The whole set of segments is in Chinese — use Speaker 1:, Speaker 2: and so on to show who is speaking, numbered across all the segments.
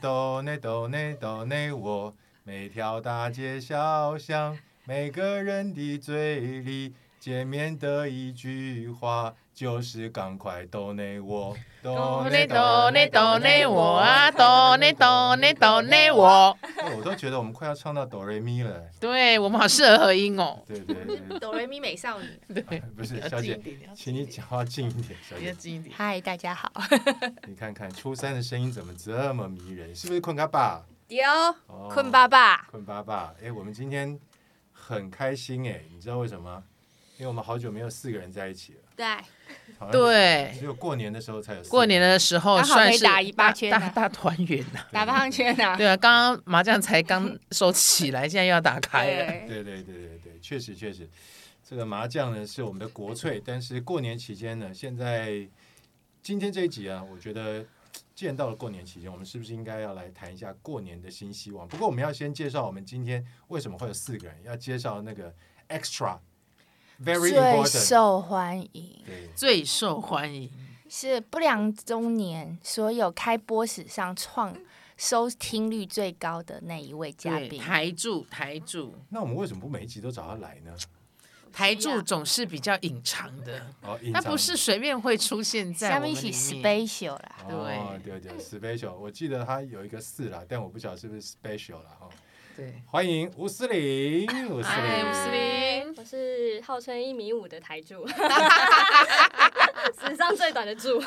Speaker 1: 斗内斗内斗内我，每条大街小巷，每个人的嘴里，见面的一句话就是赶快斗内我，
Speaker 2: 抖内抖内抖内我啊，抖内抖内抖内
Speaker 1: 哎
Speaker 2: 我。
Speaker 1: 我都觉得我们快要唱到哆瑞咪了，
Speaker 2: 对我们好适合合音哦。
Speaker 1: 对对对，
Speaker 3: 哆来咪美少女，
Speaker 2: 对，
Speaker 1: 不是
Speaker 2: 要
Speaker 1: 小
Speaker 2: 近
Speaker 1: 姐，
Speaker 2: 一点，要
Speaker 1: 请
Speaker 2: 近一
Speaker 1: 你
Speaker 2: 点
Speaker 1: 讲话近一点，小
Speaker 2: 要
Speaker 1: 姐，
Speaker 2: 近一点。
Speaker 4: 嗨，大家好，
Speaker 1: 你看看初三的声音怎么这么迷人，是不是困嘎爸？
Speaker 3: 丢
Speaker 1: 哦
Speaker 3: 困爸爸，
Speaker 1: 困爸爸，哎、我们今天很开心哎、你知道为什么吗？因为我们好久没有四个人在一起了，
Speaker 3: 对，
Speaker 1: 好像
Speaker 2: 对，
Speaker 1: 只有过年的时候才有四个人。
Speaker 2: 过年的时候
Speaker 3: 刚好可以
Speaker 2: 算是
Speaker 3: 打一
Speaker 2: 大
Speaker 3: 八圈啊
Speaker 2: 大大团圆呐。
Speaker 3: 打棒圈啊，
Speaker 2: 对啊，刚刚麻将才刚收起来，现在又要打开了。
Speaker 3: 对，
Speaker 1: 对对对对对，确实确实，这个麻将呢是我们的国粹，但是过年期间呢，现在今天这一集啊，我觉得既然到了过年期间，我们是不是应该要来谈一下过年的新希望？不过我们要先介绍我们今天为什么会有四个人，要介绍那个 extra very
Speaker 4: 最
Speaker 1: important，
Speaker 4: 受欢迎
Speaker 1: 对，
Speaker 2: 最受欢迎，
Speaker 4: 是不良中年所有开播史上创收听率最高的那一位嘉
Speaker 2: 对，
Speaker 4: 宾。
Speaker 2: 台柱台
Speaker 3: 啊
Speaker 2: 柱
Speaker 1: 那我们为什么不每一集都找他来呢？
Speaker 2: 台柱总是比较隐藏的，
Speaker 1: 哦，
Speaker 2: 他不是随便会出现在
Speaker 4: 下
Speaker 2: 我们
Speaker 4: 面一起
Speaker 2: 里
Speaker 4: special 啦，
Speaker 2: 对
Speaker 1: 哦、对对，special，我记得他有一个四啦，但我不晓得是不是 special 啦哈。
Speaker 2: 对，
Speaker 1: 欢迎吴思玲，吴思
Speaker 2: 嗨
Speaker 1: 玲，
Speaker 2: 吴思玲
Speaker 5: 我是号称一米五的台柱， 史上最短的柱，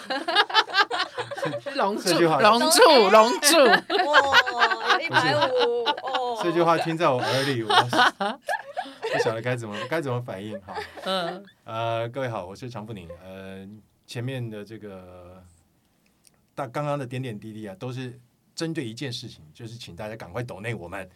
Speaker 2: 龙
Speaker 1: 这
Speaker 2: 柱
Speaker 1: 句话
Speaker 2: 龙柱龙柱，
Speaker 5: 哇，哦一百五哦，
Speaker 1: 这句话听在我耳里，我 不晓得该怎么该怎么反应哈。
Speaker 2: 嗯，
Speaker 1: 呃，各位好，我是常富宁。呃，前面的这个大刚刚的点点滴滴啊，都是针对一件事情，就是请大家赶快抖内我们，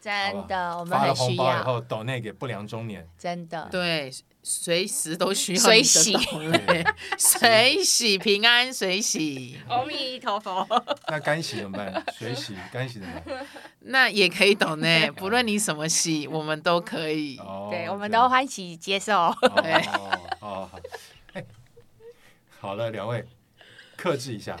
Speaker 4: 真
Speaker 2: 啊
Speaker 4: 的，我们
Speaker 1: 发了
Speaker 4: 很
Speaker 1: 红
Speaker 4: 需
Speaker 1: 包以
Speaker 4: 要，
Speaker 1: 后抖内给不良中 年。
Speaker 4: 真的。
Speaker 2: 对，随时都需要
Speaker 4: 随
Speaker 2: 你的
Speaker 4: 喜
Speaker 2: 懂嘞，随喜平安，随喜。
Speaker 3: 阿弥陀佛，
Speaker 1: 那干洗怎么办？水洗干洗怎么办？
Speaker 2: 那也可以懂 呢，不论你什么喜，我们都可以。
Speaker 1: 哦，
Speaker 4: 对，我们
Speaker 1: 这样
Speaker 4: 都欢喜接受。
Speaker 2: 对
Speaker 1: 哦哦，好，哎好了，两位，克制一下，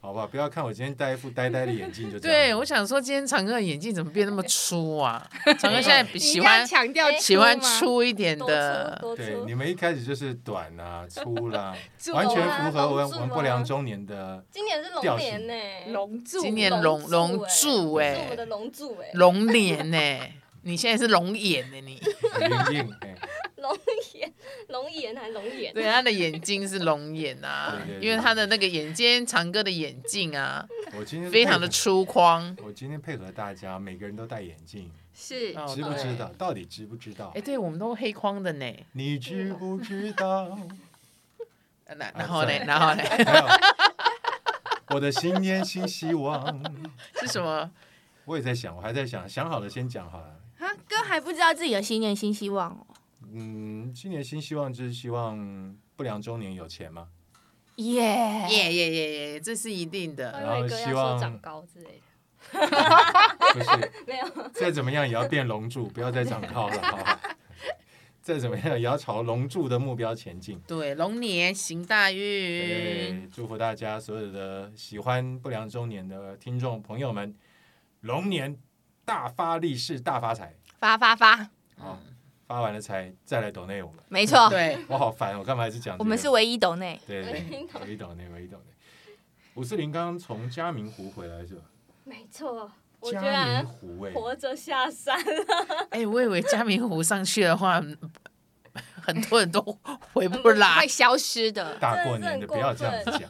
Speaker 1: 好吧？不要看我今天戴一副呆呆的眼镜，就这
Speaker 2: 对，
Speaker 1: 样。
Speaker 2: 我想说，今天长哥的眼镜怎么变那么粗 啊？长哥现在比
Speaker 3: 你一
Speaker 2: 喜
Speaker 3: 定要
Speaker 2: 欢
Speaker 3: 强
Speaker 4: 哎
Speaker 3: 调
Speaker 2: 喜欢
Speaker 3: 出吗，
Speaker 2: 粗一点
Speaker 5: 多出
Speaker 2: 的，
Speaker 5: 多
Speaker 1: 对，
Speaker 5: 出
Speaker 1: 你，们一开始就是短啊、粗 啦，
Speaker 3: 住
Speaker 1: 完全
Speaker 3: 了啊
Speaker 1: 符合我们
Speaker 5: 龙柱啊
Speaker 1: 我们不良中年的。
Speaker 5: 今年是龙年
Speaker 4: 哎
Speaker 5: 呢，
Speaker 3: 龙柱，
Speaker 2: 今年
Speaker 5: 龙
Speaker 2: 龙龙
Speaker 5: 柱
Speaker 2: 柱
Speaker 5: 是我
Speaker 2: 哎
Speaker 5: 们，的龙柱哎，
Speaker 2: 龙年呢？你现在是龙眼呢？ 你
Speaker 1: 很硬硬，哎
Speaker 5: 龙眼龙眼还是龙眼，
Speaker 2: 对他的眼睛是龙眼啊
Speaker 1: 对对，对
Speaker 2: 因为他的那个眼睛长哥的眼镜啊，
Speaker 1: 我今天
Speaker 2: 非常的
Speaker 1: 配
Speaker 2: 粗框。
Speaker 1: 合。我今天配合大家，每个人都戴眼镜，
Speaker 3: 是
Speaker 2: 哦
Speaker 1: 知不知？道
Speaker 2: 对？
Speaker 1: 到底知不知道
Speaker 2: 哎，？对我们都黑框的呢。
Speaker 1: 你知不知 道？
Speaker 2: 呃那然后呢？
Speaker 1: 算了
Speaker 2: 然 后呢？
Speaker 1: 还有我的新年新希望，
Speaker 2: 是什么？
Speaker 1: 我也在想，我还在想，想好了先讲好了。
Speaker 4: 啊，哥还不知道自己的新年新希望哦，
Speaker 1: 嗯，今年新希望就是希望不良中年有钱嘛，
Speaker 4: 耶
Speaker 2: 耶耶耶耶，这是一定的。
Speaker 5: 还有一个要说长高之类的，
Speaker 1: 不是，
Speaker 5: 没有，
Speaker 1: 再怎么样也要变龙柱，不要再长高了，好不好？再怎么样也要朝龙柱的目标前进。
Speaker 2: 对，龙年行大运。
Speaker 1: 对，祝福大家所有的喜欢不良中年的听众朋友们，龙年大发利市，大发财
Speaker 4: 发发发，
Speaker 1: 啊！发完了财再来抖内我们，
Speaker 4: 没错，
Speaker 2: 对，
Speaker 1: 我好烦，我干嘛还是讲这个、
Speaker 4: 我们是唯一抖内，
Speaker 1: 对
Speaker 5: 唯一
Speaker 1: 对，
Speaker 5: 抖
Speaker 1: 唯一抖内，唯一抖内。五四零刚刚从嘉明湖回来是吧？
Speaker 5: 没错，我居
Speaker 1: 嘉明
Speaker 5: 然
Speaker 1: 湖哎、
Speaker 5: 活着下山，
Speaker 2: 哎、我以为嘉明湖上去的话，嗯很多 人都回不
Speaker 4: 会
Speaker 2: 来。
Speaker 4: 消失的。
Speaker 1: 大过年的不要这样子讲。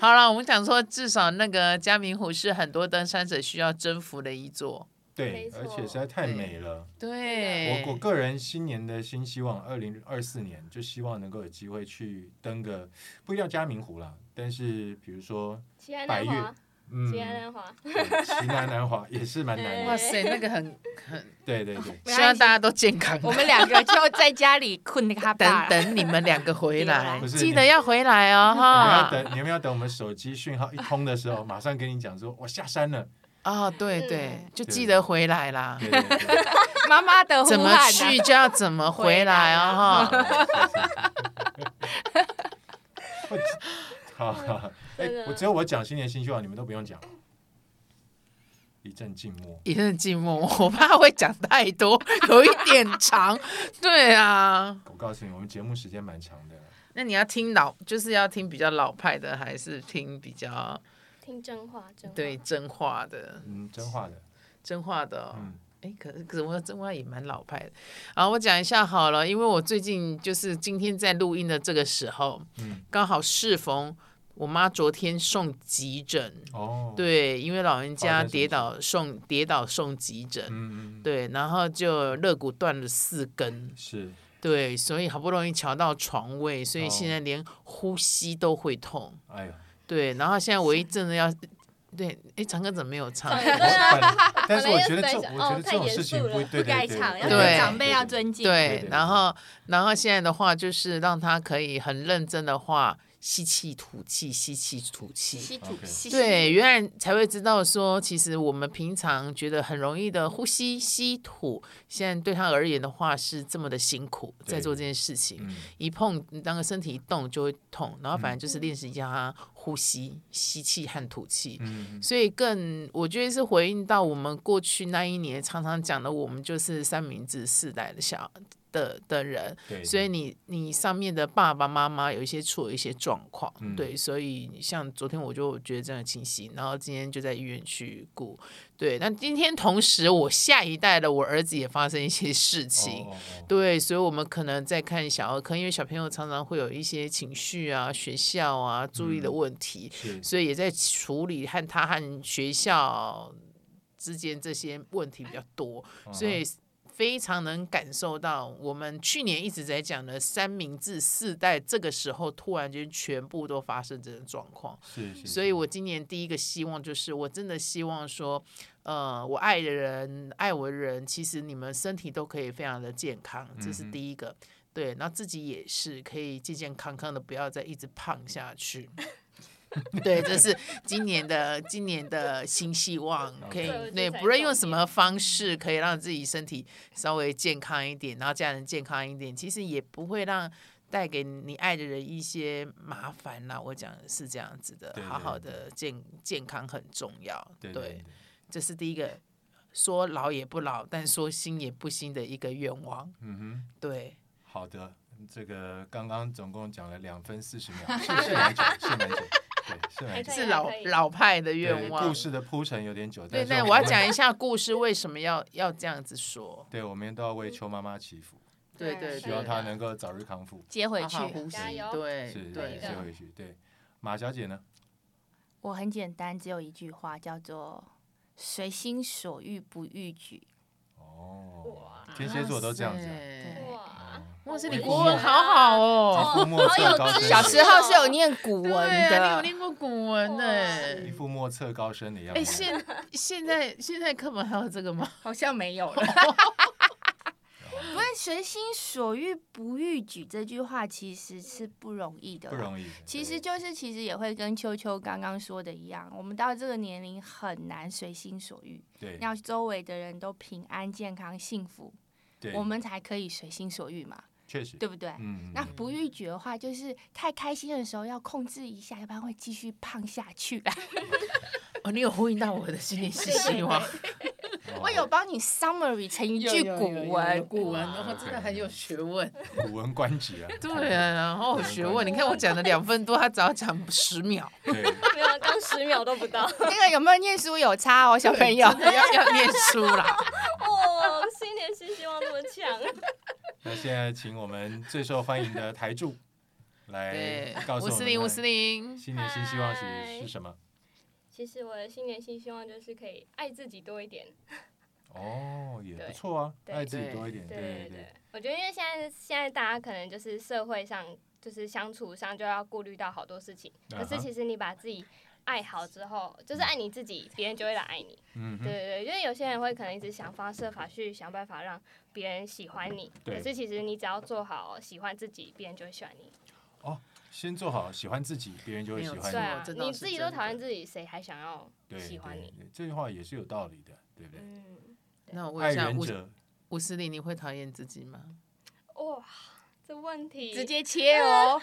Speaker 2: 好了，我们想说，至少那个嘉明湖是很多登山者需要征服的一座。
Speaker 1: 对
Speaker 5: 没，错
Speaker 1: 而且实在太美了。
Speaker 2: 对，
Speaker 1: 我我个人新年的新希望，二零二四年就希望能够有机会去登个，不一定要嘉明湖啦，但是比如说，
Speaker 5: 齐安南华，
Speaker 1: 嗯，
Speaker 5: 齐安南华，
Speaker 1: 对齐南南华也是蛮难
Speaker 2: 哇
Speaker 1: 的。
Speaker 2: 塞，那个很很，
Speaker 1: 对对对，
Speaker 4: 没关系
Speaker 2: 希望大家都健 康。
Speaker 4: 我们两个就在家里困那个哈巴
Speaker 2: 等
Speaker 4: 啦，
Speaker 2: 等你们两个 回来
Speaker 1: 不，是
Speaker 2: 记得要回来哦
Speaker 1: 你们要
Speaker 2: 哈。
Speaker 1: 等，你们要等我们手机讯号一通的时候，马上跟你讲说，我下山了。
Speaker 2: 哦，对
Speaker 5: 嗯
Speaker 2: 对，就
Speaker 1: 对
Speaker 2: 记得回来啦。
Speaker 1: 对对对，
Speaker 4: 妈妈的呼
Speaker 2: 怎
Speaker 4: 喊、
Speaker 2: 么
Speaker 4: 啊，
Speaker 2: 去就要怎么回来哦
Speaker 1: 啊 是是是
Speaker 2: 哈。
Speaker 1: 我好，好好哎
Speaker 5: 真的
Speaker 1: 我只有我讲新年新希望，你们都不用讲。一阵静默。
Speaker 2: 一阵静默，我怕会讲太多，有一点长。对啊，
Speaker 1: 我告诉你，我们节目时间蛮长的。
Speaker 2: 那你要听老，就是要听比较老派的，还是听比较
Speaker 5: 听真话，真话
Speaker 2: 对真话的？
Speaker 1: 嗯，真话的，
Speaker 2: 真话的、哦。
Speaker 1: 嗯，
Speaker 2: 哎，可是可是我真话也蛮老派的。啊，我讲一下好了，因为我最近就是今天在录音的这个时候，
Speaker 1: 嗯
Speaker 2: 刚好适逢我妈昨天送急诊，
Speaker 1: 哦，，
Speaker 2: 对，因为老人
Speaker 1: 发生
Speaker 2: 家
Speaker 1: 什么
Speaker 2: 跌
Speaker 1: 事
Speaker 2: 倒送跌倒送急诊，
Speaker 1: 嗯嗯，嗯，
Speaker 2: 对，然后就肋骨断了四根，
Speaker 1: 是
Speaker 2: 对，所以好不容易瞧到床位，所以
Speaker 1: 哦
Speaker 2: 现在连呼吸都会痛，
Speaker 1: 哎呀，
Speaker 2: 对，然后现在我一阵子要。对，哎，长哥怎么没有唱？
Speaker 5: 对
Speaker 1: 我本来但是
Speaker 5: 本
Speaker 1: 我
Speaker 5: 来
Speaker 1: 觉得
Speaker 5: 在
Speaker 1: 这，
Speaker 5: 想
Speaker 1: 我觉
Speaker 5: 哦
Speaker 1: 得这
Speaker 5: 太
Speaker 1: 种
Speaker 5: 严
Speaker 1: 事情
Speaker 5: 肃
Speaker 1: 不
Speaker 5: 了
Speaker 1: 对
Speaker 3: 不该
Speaker 1: 对
Speaker 3: 吵，要
Speaker 1: 对
Speaker 2: 对
Speaker 3: 对
Speaker 1: 对
Speaker 3: 长辈要
Speaker 1: 对
Speaker 3: 尊敬。
Speaker 1: 对
Speaker 2: 对
Speaker 1: 对，对
Speaker 2: 然后然后现在的话就是让他可以很认真的话，吸气吐气，吸气吐气。
Speaker 5: 吸土
Speaker 1: OK
Speaker 5: 吸
Speaker 2: 对，原来才会知道说，其实我们平常觉得很容易的呼吸、吸吐，现在对他而言的话是这么的辛苦，在
Speaker 1: 对
Speaker 2: 做这件事情，
Speaker 1: 嗯，
Speaker 2: 一碰那个身体一动就会痛，然后反正
Speaker 1: 嗯
Speaker 2: 就是练习一下他呼吸、吸气和吐气。
Speaker 1: 嗯，嗯
Speaker 2: 所以更，我觉得是回应到我们过去那一年常常讲的，我们就是三明治世代的小的的人，
Speaker 1: 对，
Speaker 2: 所以你你上面的爸爸妈妈有一些出了一些状况，
Speaker 1: 嗯
Speaker 2: 对，所以像昨天我就觉得这样很清晰，然后今天就在医院去顾，对，那今天同时我下一代的我儿子也发生一些事情，
Speaker 1: 哦，哦哦
Speaker 2: 对，所以我们可能在看小儿科，因为小朋友常常会有一些情绪啊、学校啊、注意的
Speaker 1: 嗯
Speaker 2: 问题，
Speaker 1: 是
Speaker 2: 所以也在处理和他和学校之间这些问题比较多，
Speaker 1: 嗯
Speaker 2: 所以非常能感受到我们去年一直在讲的三明治世代，这个时候突然间全部都发生这种状况。
Speaker 1: 是是，
Speaker 2: 所以我今年第一个希望就是，我真的希望说，呃，我爱的人、爱我的人，其实你们身体都可以非常的健康，这是
Speaker 1: 嗯哼
Speaker 2: 第一个。对，那自己也是可以健健康康的，不要再一直胖 下去。对，这是今年的今年的新希望，可以
Speaker 5: OK
Speaker 2: 对，不论用什么方式，可以让自己身体稍微健康一点，然后家人健康一点，其实也不会让带给你爱的人一些麻烦啦。我讲的是这样子的
Speaker 1: 对，
Speaker 2: 好好
Speaker 1: 对
Speaker 2: 的健健康很重要。
Speaker 1: 对
Speaker 2: 对，这是第一个，说老也不老，但说新也不新的一个愿望。
Speaker 1: 嗯哼，
Speaker 2: 对，
Speaker 1: 好的，这个刚刚总共讲了两分四十秒，是是蛮久，是蛮久，对，是蛮久。
Speaker 5: 对
Speaker 2: 是
Speaker 5: 还
Speaker 2: 老
Speaker 5: 可以
Speaker 2: 老派的
Speaker 1: 对
Speaker 2: 愿望
Speaker 1: 故。事的铺陈有点久，
Speaker 2: 对，
Speaker 1: 但是
Speaker 2: 那
Speaker 1: 们
Speaker 2: 我要讲一下故事为什么要要这样子说。
Speaker 1: 对，我们都要为邱妈妈祈福，
Speaker 2: 对
Speaker 5: 对
Speaker 2: 对，
Speaker 1: 希望她
Speaker 2: 对
Speaker 1: 能够早日康复，
Speaker 4: 接回去
Speaker 2: 好。好呼吸
Speaker 5: 加油，
Speaker 2: 对
Speaker 1: 是
Speaker 2: 对
Speaker 1: 对，
Speaker 5: 的
Speaker 1: 接回去。对，马小姐呢？
Speaker 4: 我很简单，只有一句话，叫做“随心所欲不逾矩
Speaker 1: 哦，
Speaker 5: 哇
Speaker 1: 天蝎座都这样子啊。
Speaker 2: 啊。
Speaker 4: 对
Speaker 5: 哇，
Speaker 2: 哇塞，
Speaker 1: 我
Speaker 2: 你
Speaker 1: 也
Speaker 2: 国
Speaker 1: 是
Speaker 2: 文好好哦。
Speaker 1: 一副莫测高
Speaker 5: 好有
Speaker 1: 深，
Speaker 5: 知”。识哦
Speaker 4: 小时候是有念古文
Speaker 2: 对啊，
Speaker 4: 的
Speaker 2: 你有，念过古文呢、
Speaker 1: 一副莫测高深的样子。
Speaker 2: 哎、现现在现在课本还有这个吗？
Speaker 3: 好像没有了。
Speaker 4: 不是“随心所欲不逾矩”这句话其实是不容易的，
Speaker 1: 不容易。
Speaker 4: 其实就是，其实也会跟秋秋刚刚说的一样，我们到这个年龄很难随心所欲，
Speaker 1: 对
Speaker 4: 要周围的人都平安、健康、幸福，
Speaker 1: 对，
Speaker 4: 我们才可以随心所欲嘛，
Speaker 1: 确实
Speaker 4: 对不对？
Speaker 1: 嗯，
Speaker 4: 那不欲举的话，就是太开心的时候要控制一下，要不然会继续胖下去啦。
Speaker 2: 哦，你有呼应到我的新年新 希望。
Speaker 1: 哦嗯
Speaker 4: 我有帮你 summary 成一句古文，
Speaker 2: 古文，
Speaker 1: 哇
Speaker 2: 哦，真的很有学问。
Speaker 1: 古文观止啊。
Speaker 2: 对啊，然后学问，你看我讲的两分多，他只要讲十秒，
Speaker 1: 对，
Speaker 5: 没有，啊刚十秒都不 到，
Speaker 4: 那个有没有念书有差哦，小朋友。
Speaker 2: 真 的要要念书 啦。
Speaker 5: 哦，新年新希望那么强，
Speaker 1: 那现在请我们最受欢迎的台 柱来
Speaker 2: 对，
Speaker 1: 哎告诉
Speaker 2: 五
Speaker 1: 我们
Speaker 2: 四零五四零，
Speaker 1: 新年新希望
Speaker 5: 嗨
Speaker 1: 是是什么？
Speaker 5: 其实我的新年新希望就是可以爱自己多一点。
Speaker 1: 哦，也不
Speaker 5: 对
Speaker 1: 错啊，
Speaker 5: 对
Speaker 1: 爱自己多一点。
Speaker 5: 对
Speaker 1: 对
Speaker 5: 对对，我觉得因为现在现在大家可能就是社会上就是相处上就要顾虑到好多事情，
Speaker 1: 啊哈
Speaker 5: 可是其实你把自己爱好之后，就是爱你自己，别人就会来爱你。
Speaker 1: 嗯
Speaker 5: 对
Speaker 1: 哼，
Speaker 5: 对对，因为有些人会可能一直想方设法去想办法让别人喜欢你，
Speaker 1: 对
Speaker 5: 可是其实你只要做好喜欢自己，别人就会喜欢你。
Speaker 1: 先做好喜欢自己，别人就会喜
Speaker 2: 哎
Speaker 1: 欢
Speaker 5: 对
Speaker 1: 你。
Speaker 5: 啊
Speaker 2: 这，倒
Speaker 5: 你
Speaker 2: 是
Speaker 5: 自己
Speaker 2: 真
Speaker 5: 都
Speaker 2: 的
Speaker 5: 讨厌自己，谁还想要
Speaker 1: 对，
Speaker 5: 喜欢
Speaker 1: 对
Speaker 5: 你？
Speaker 1: 对这句话也是有道理的，对不对？
Speaker 5: 嗯，
Speaker 2: 那我
Speaker 1: 爱
Speaker 2: 问一下
Speaker 1: 人
Speaker 2: 五
Speaker 1: 者，
Speaker 2: 五四零，你会讨厌自己吗？
Speaker 5: 哇，这问题
Speaker 3: 直 接切哦，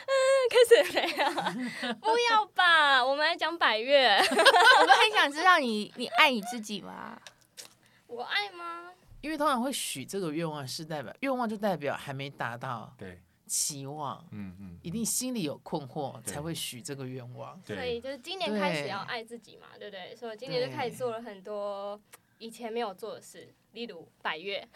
Speaker 5: 开始没有， 不要吧，我们来讲百越，
Speaker 4: 我们很想知道你，你爱你自己吗？
Speaker 5: 我爱吗？
Speaker 2: 因为通常会许这个愿望是代表愿望就代表还没达到
Speaker 1: 对，
Speaker 2: 期望，
Speaker 1: 嗯嗯，
Speaker 2: 一定心里有困惑
Speaker 1: 对
Speaker 2: 才会许这个愿 望。
Speaker 5: 所
Speaker 1: 对，
Speaker 5: 以就是今年开始要爱自己嘛，对不对？所以我今年就开始做了很多以前没有做的事，例如百越。
Speaker 1: 哦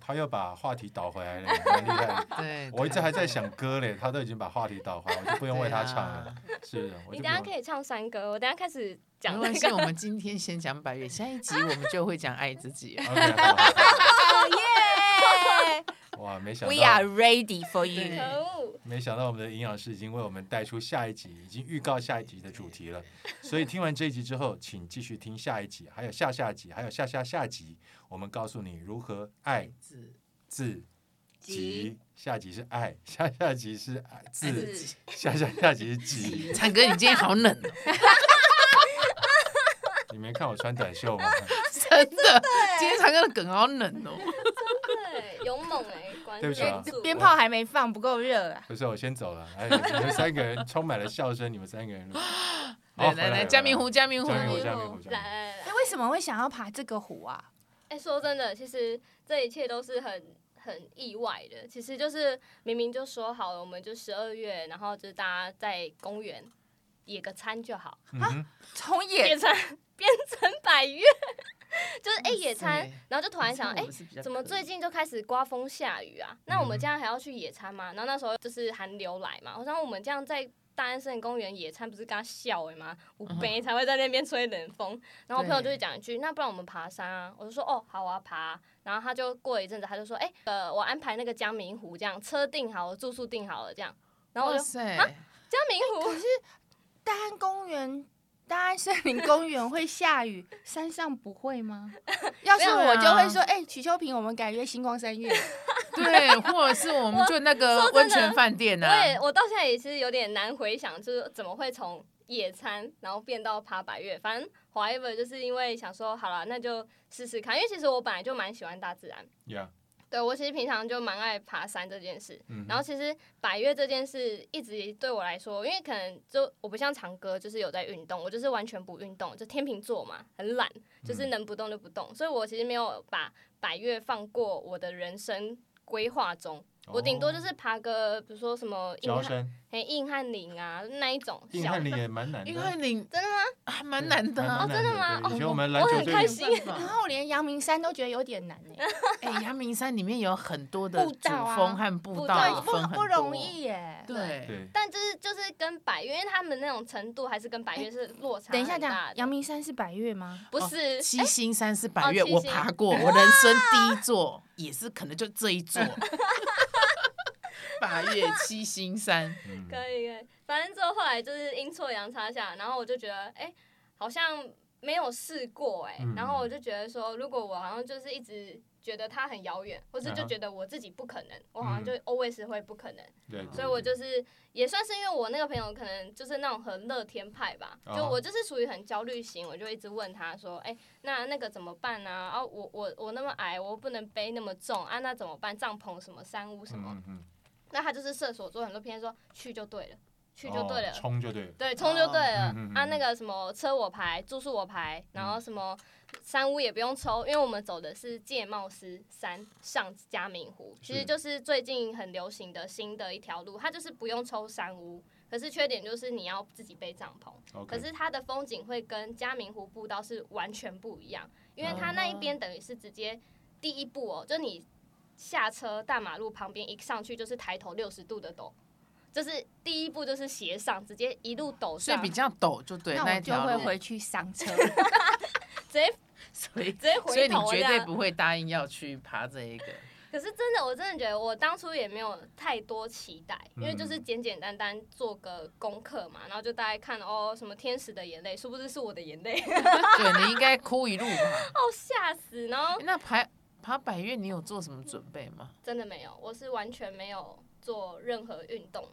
Speaker 1: 他又把话题倒回来了，蛮厉害的。
Speaker 2: 对，
Speaker 1: 我一直
Speaker 2: 对
Speaker 1: 还在想歌嘞，他都已经把话题倒回来，我就不用为他唱了。是，我
Speaker 5: 啊你
Speaker 1: 就
Speaker 5: 等一下
Speaker 1: 不
Speaker 5: 可
Speaker 1: 用。
Speaker 5: 以唱山歌，我等一下开始讲
Speaker 2: 没
Speaker 5: 那
Speaker 2: 关系，
Speaker 5: 个。
Speaker 2: 我们今天先讲百越，下一 集我们就会讲爱自 己。
Speaker 1: OK，好好好
Speaker 4: Oh, 耶
Speaker 1: 哇，没想
Speaker 4: ！We are
Speaker 1: 到，
Speaker 4: ready for you。
Speaker 5: 可恶！
Speaker 1: 没想到我们的营养师已经为我们带出下一集，已经预告下一集的主题了。所以听完这一集之后，请继续听下一集，还有下下集，还有下下下集。我们告诉你如何爱
Speaker 2: 字
Speaker 1: 自己
Speaker 3: 己。
Speaker 1: 下集是爱，下下集是爱
Speaker 3: 自
Speaker 1: 自，
Speaker 3: 己
Speaker 1: 下下下集是己。
Speaker 2: 灿哥，你今天好冷 哦，
Speaker 1: 你没看我穿短袖吗？
Speaker 2: 真的，今天灿哥的梗好冷哦。
Speaker 5: 对，勇猛哎、关
Speaker 1: 对不起啊
Speaker 5: 忍住
Speaker 4: 鞭炮还没放，不够热啊！
Speaker 1: 不是，我先走了。哎，你们三个人充满了笑声，你们三个人录。好
Speaker 2: 来
Speaker 1: 回
Speaker 2: 来来，
Speaker 1: 回
Speaker 2: 加明湖，加明湖
Speaker 1: 加
Speaker 5: 加
Speaker 1: 明
Speaker 5: 油
Speaker 1: 湖加油加油
Speaker 5: 来来来
Speaker 4: 那，哎为什么会想要爬这个湖啊？
Speaker 5: 哎、说真的，其实这一切都是很很意外的。其实就是明明就说好了，我们就十二月，然后就大家在公园野个餐就好，
Speaker 1: 嗯哼，
Speaker 4: 从野
Speaker 5: 变成变成百月， 就是哎、野餐，然后就突然想哎。怎么最近就开始刮风下雨啊？那我们
Speaker 1: 嗯
Speaker 5: 这样还要去野餐吗？然后那时候就是寒流来嘛，我想我们这样在大安森林公园野餐，不是刚笑哎吗？我
Speaker 2: 嗯哼
Speaker 5: 北才会在那边吹冷风。然后我朋友就
Speaker 2: 对
Speaker 5: 会讲一句，那不然我们爬山啊？我就说哦，好啊，爬啊。然后他就过了一阵子，他就说，哎、呃，我安排那个江明湖这样，车订好了，住宿订好了啊这样。然后我
Speaker 2: 哇
Speaker 5: 就
Speaker 2: 塞，
Speaker 5: 江明湖，
Speaker 4: 大安公园、大安森林公园会下雨，山上不 会吗？要是我就会说，哎、许秋萍，我们改约星光 三月。
Speaker 2: 对，或者是我们就那个
Speaker 5: 说真的
Speaker 2: 温泉饭店
Speaker 5: 我也
Speaker 2: 啊，
Speaker 5: 我到现在也是有点难回想，就是怎么会从野餐然后变到爬百越，反正 however 就是因为想说好了，那就试试看，因为其实我本来就蛮喜欢大自然，
Speaker 1: 呀，
Speaker 5: 对我其实平常就蛮爱爬山这件事。
Speaker 1: 嗯哼，
Speaker 5: 然后其实百越这件事一直对我来说，因为可能就我不像长哥，就是有在运动，我就是完全不运动，就天秤座嘛，很懒，
Speaker 1: 嗯
Speaker 5: 就是能不动就不动，所以我其实没有把百越放过我的人生规划中。我顶多就
Speaker 1: 哦
Speaker 5: 是爬个，比如说什么硬
Speaker 1: 乔
Speaker 5: 汉，
Speaker 1: 山
Speaker 5: 嘿硬汉岭啊那一种
Speaker 1: 硬
Speaker 5: 小
Speaker 1: 汉，里也蛮难的，
Speaker 2: 因为你
Speaker 5: 真的吗？
Speaker 2: 还蛮难的
Speaker 1: 蛮
Speaker 2: 啊
Speaker 1: 难。
Speaker 5: 哦真的吗
Speaker 1: 对以前
Speaker 2: 哦
Speaker 1: 我们篮
Speaker 5: 我
Speaker 1: 球
Speaker 5: 很
Speaker 1: 队
Speaker 5: 开心啊
Speaker 4: 然后我连阳明山都觉得有点难 呢、
Speaker 2: 哎，阳明山里面有很多的
Speaker 4: 步
Speaker 2: 主
Speaker 4: 道啊
Speaker 2: 峰和步
Speaker 5: 步
Speaker 2: 道
Speaker 5: 道
Speaker 2: 也
Speaker 5: 哦
Speaker 4: 对，
Speaker 2: 啊分很
Speaker 4: 不
Speaker 2: 多
Speaker 4: 不容。易耶、
Speaker 2: 对，
Speaker 1: 对，嗯
Speaker 5: 但就是就是跟百越，因为他们那种程度还是跟百越是落差
Speaker 4: 哎等一下，
Speaker 5: 很
Speaker 4: 等一
Speaker 5: 大
Speaker 4: 下
Speaker 5: 的。
Speaker 4: 阳明哦山是百月吗？
Speaker 1: 哦
Speaker 5: 不是，
Speaker 2: 七星山是百越，
Speaker 5: 哎哦七星
Speaker 2: 我爬 过，我人生第一座也是可能就这一座。百越七星山，
Speaker 1: 嗯，
Speaker 5: 可以可以，反正之后后来就是阴错阳差下，然后我就觉得，哎、好像没有试过哎、
Speaker 1: 嗯
Speaker 5: 然后我就觉得说，如果我好像就是一直觉得它很遥远，或是
Speaker 1: 啊
Speaker 5: 就
Speaker 1: 哈
Speaker 5: 觉得我自己不可能，我
Speaker 1: 嗯
Speaker 5: 好像就 always 会不可能，
Speaker 1: 对，对
Speaker 5: 所以我就
Speaker 1: 对
Speaker 5: 是也算是因为我那个朋友可能就是那种很乐天派吧，
Speaker 1: 啊哈
Speaker 5: 就我就是属于很焦虑型，我就一直问他说，哎、那那个怎么办呢、啊？我我我那么矮，我不能背那么重啊，那怎么办？帐篷什么山屋什么？
Speaker 1: 嗯嗯，
Speaker 5: 那他就是射手座，很多偏说去就对了，去就对了，
Speaker 1: 哦冲就对了，
Speaker 5: 对，冲就对了。
Speaker 1: 哦嗯嗯嗯嗯
Speaker 5: 啊，那个什么车我排，住宿我排，然后什么山屋也不用抽，因为我们走的是界貌斯山上嘉明湖，
Speaker 1: 是
Speaker 5: 其实就是最近很流行的新的一条路，它就是不用抽山屋。可是缺点就是你要自己背帐篷，可
Speaker 1: OK，
Speaker 5: 是它的风景会跟嘉明湖步道是完全不一样，因为它那一边等于是直接第一步哦，就你下车大马路旁边一上去就是抬头六十度的陡，就是第一步就是斜上，直接一路陡
Speaker 2: 所以
Speaker 5: 上，
Speaker 2: 比较陡，就对
Speaker 4: 那
Speaker 2: 一
Speaker 4: 我就
Speaker 2: 条
Speaker 4: 会
Speaker 2: 路。
Speaker 4: 回去上车。
Speaker 5: 直接
Speaker 2: 所以
Speaker 5: 直接
Speaker 2: 所以
Speaker 5: 回
Speaker 2: 你
Speaker 5: 头
Speaker 2: 绝
Speaker 5: 这
Speaker 2: 对
Speaker 5: 样。
Speaker 2: 不会答应要去爬这一个。
Speaker 5: 可是真的，我真的觉得我当初也没有太多期待，因为
Speaker 1: 嗯
Speaker 5: 就是简简单单做个功课嘛，然后就大概看哦什么天使的眼泪，殊不知是我的眼泪，
Speaker 2: 对你应该哭一路吧。
Speaker 5: 哦吓死！然后
Speaker 2: 那爬爬百越，你有做什么准备吗？
Speaker 5: 真的没有，我是完全没有做任何运动，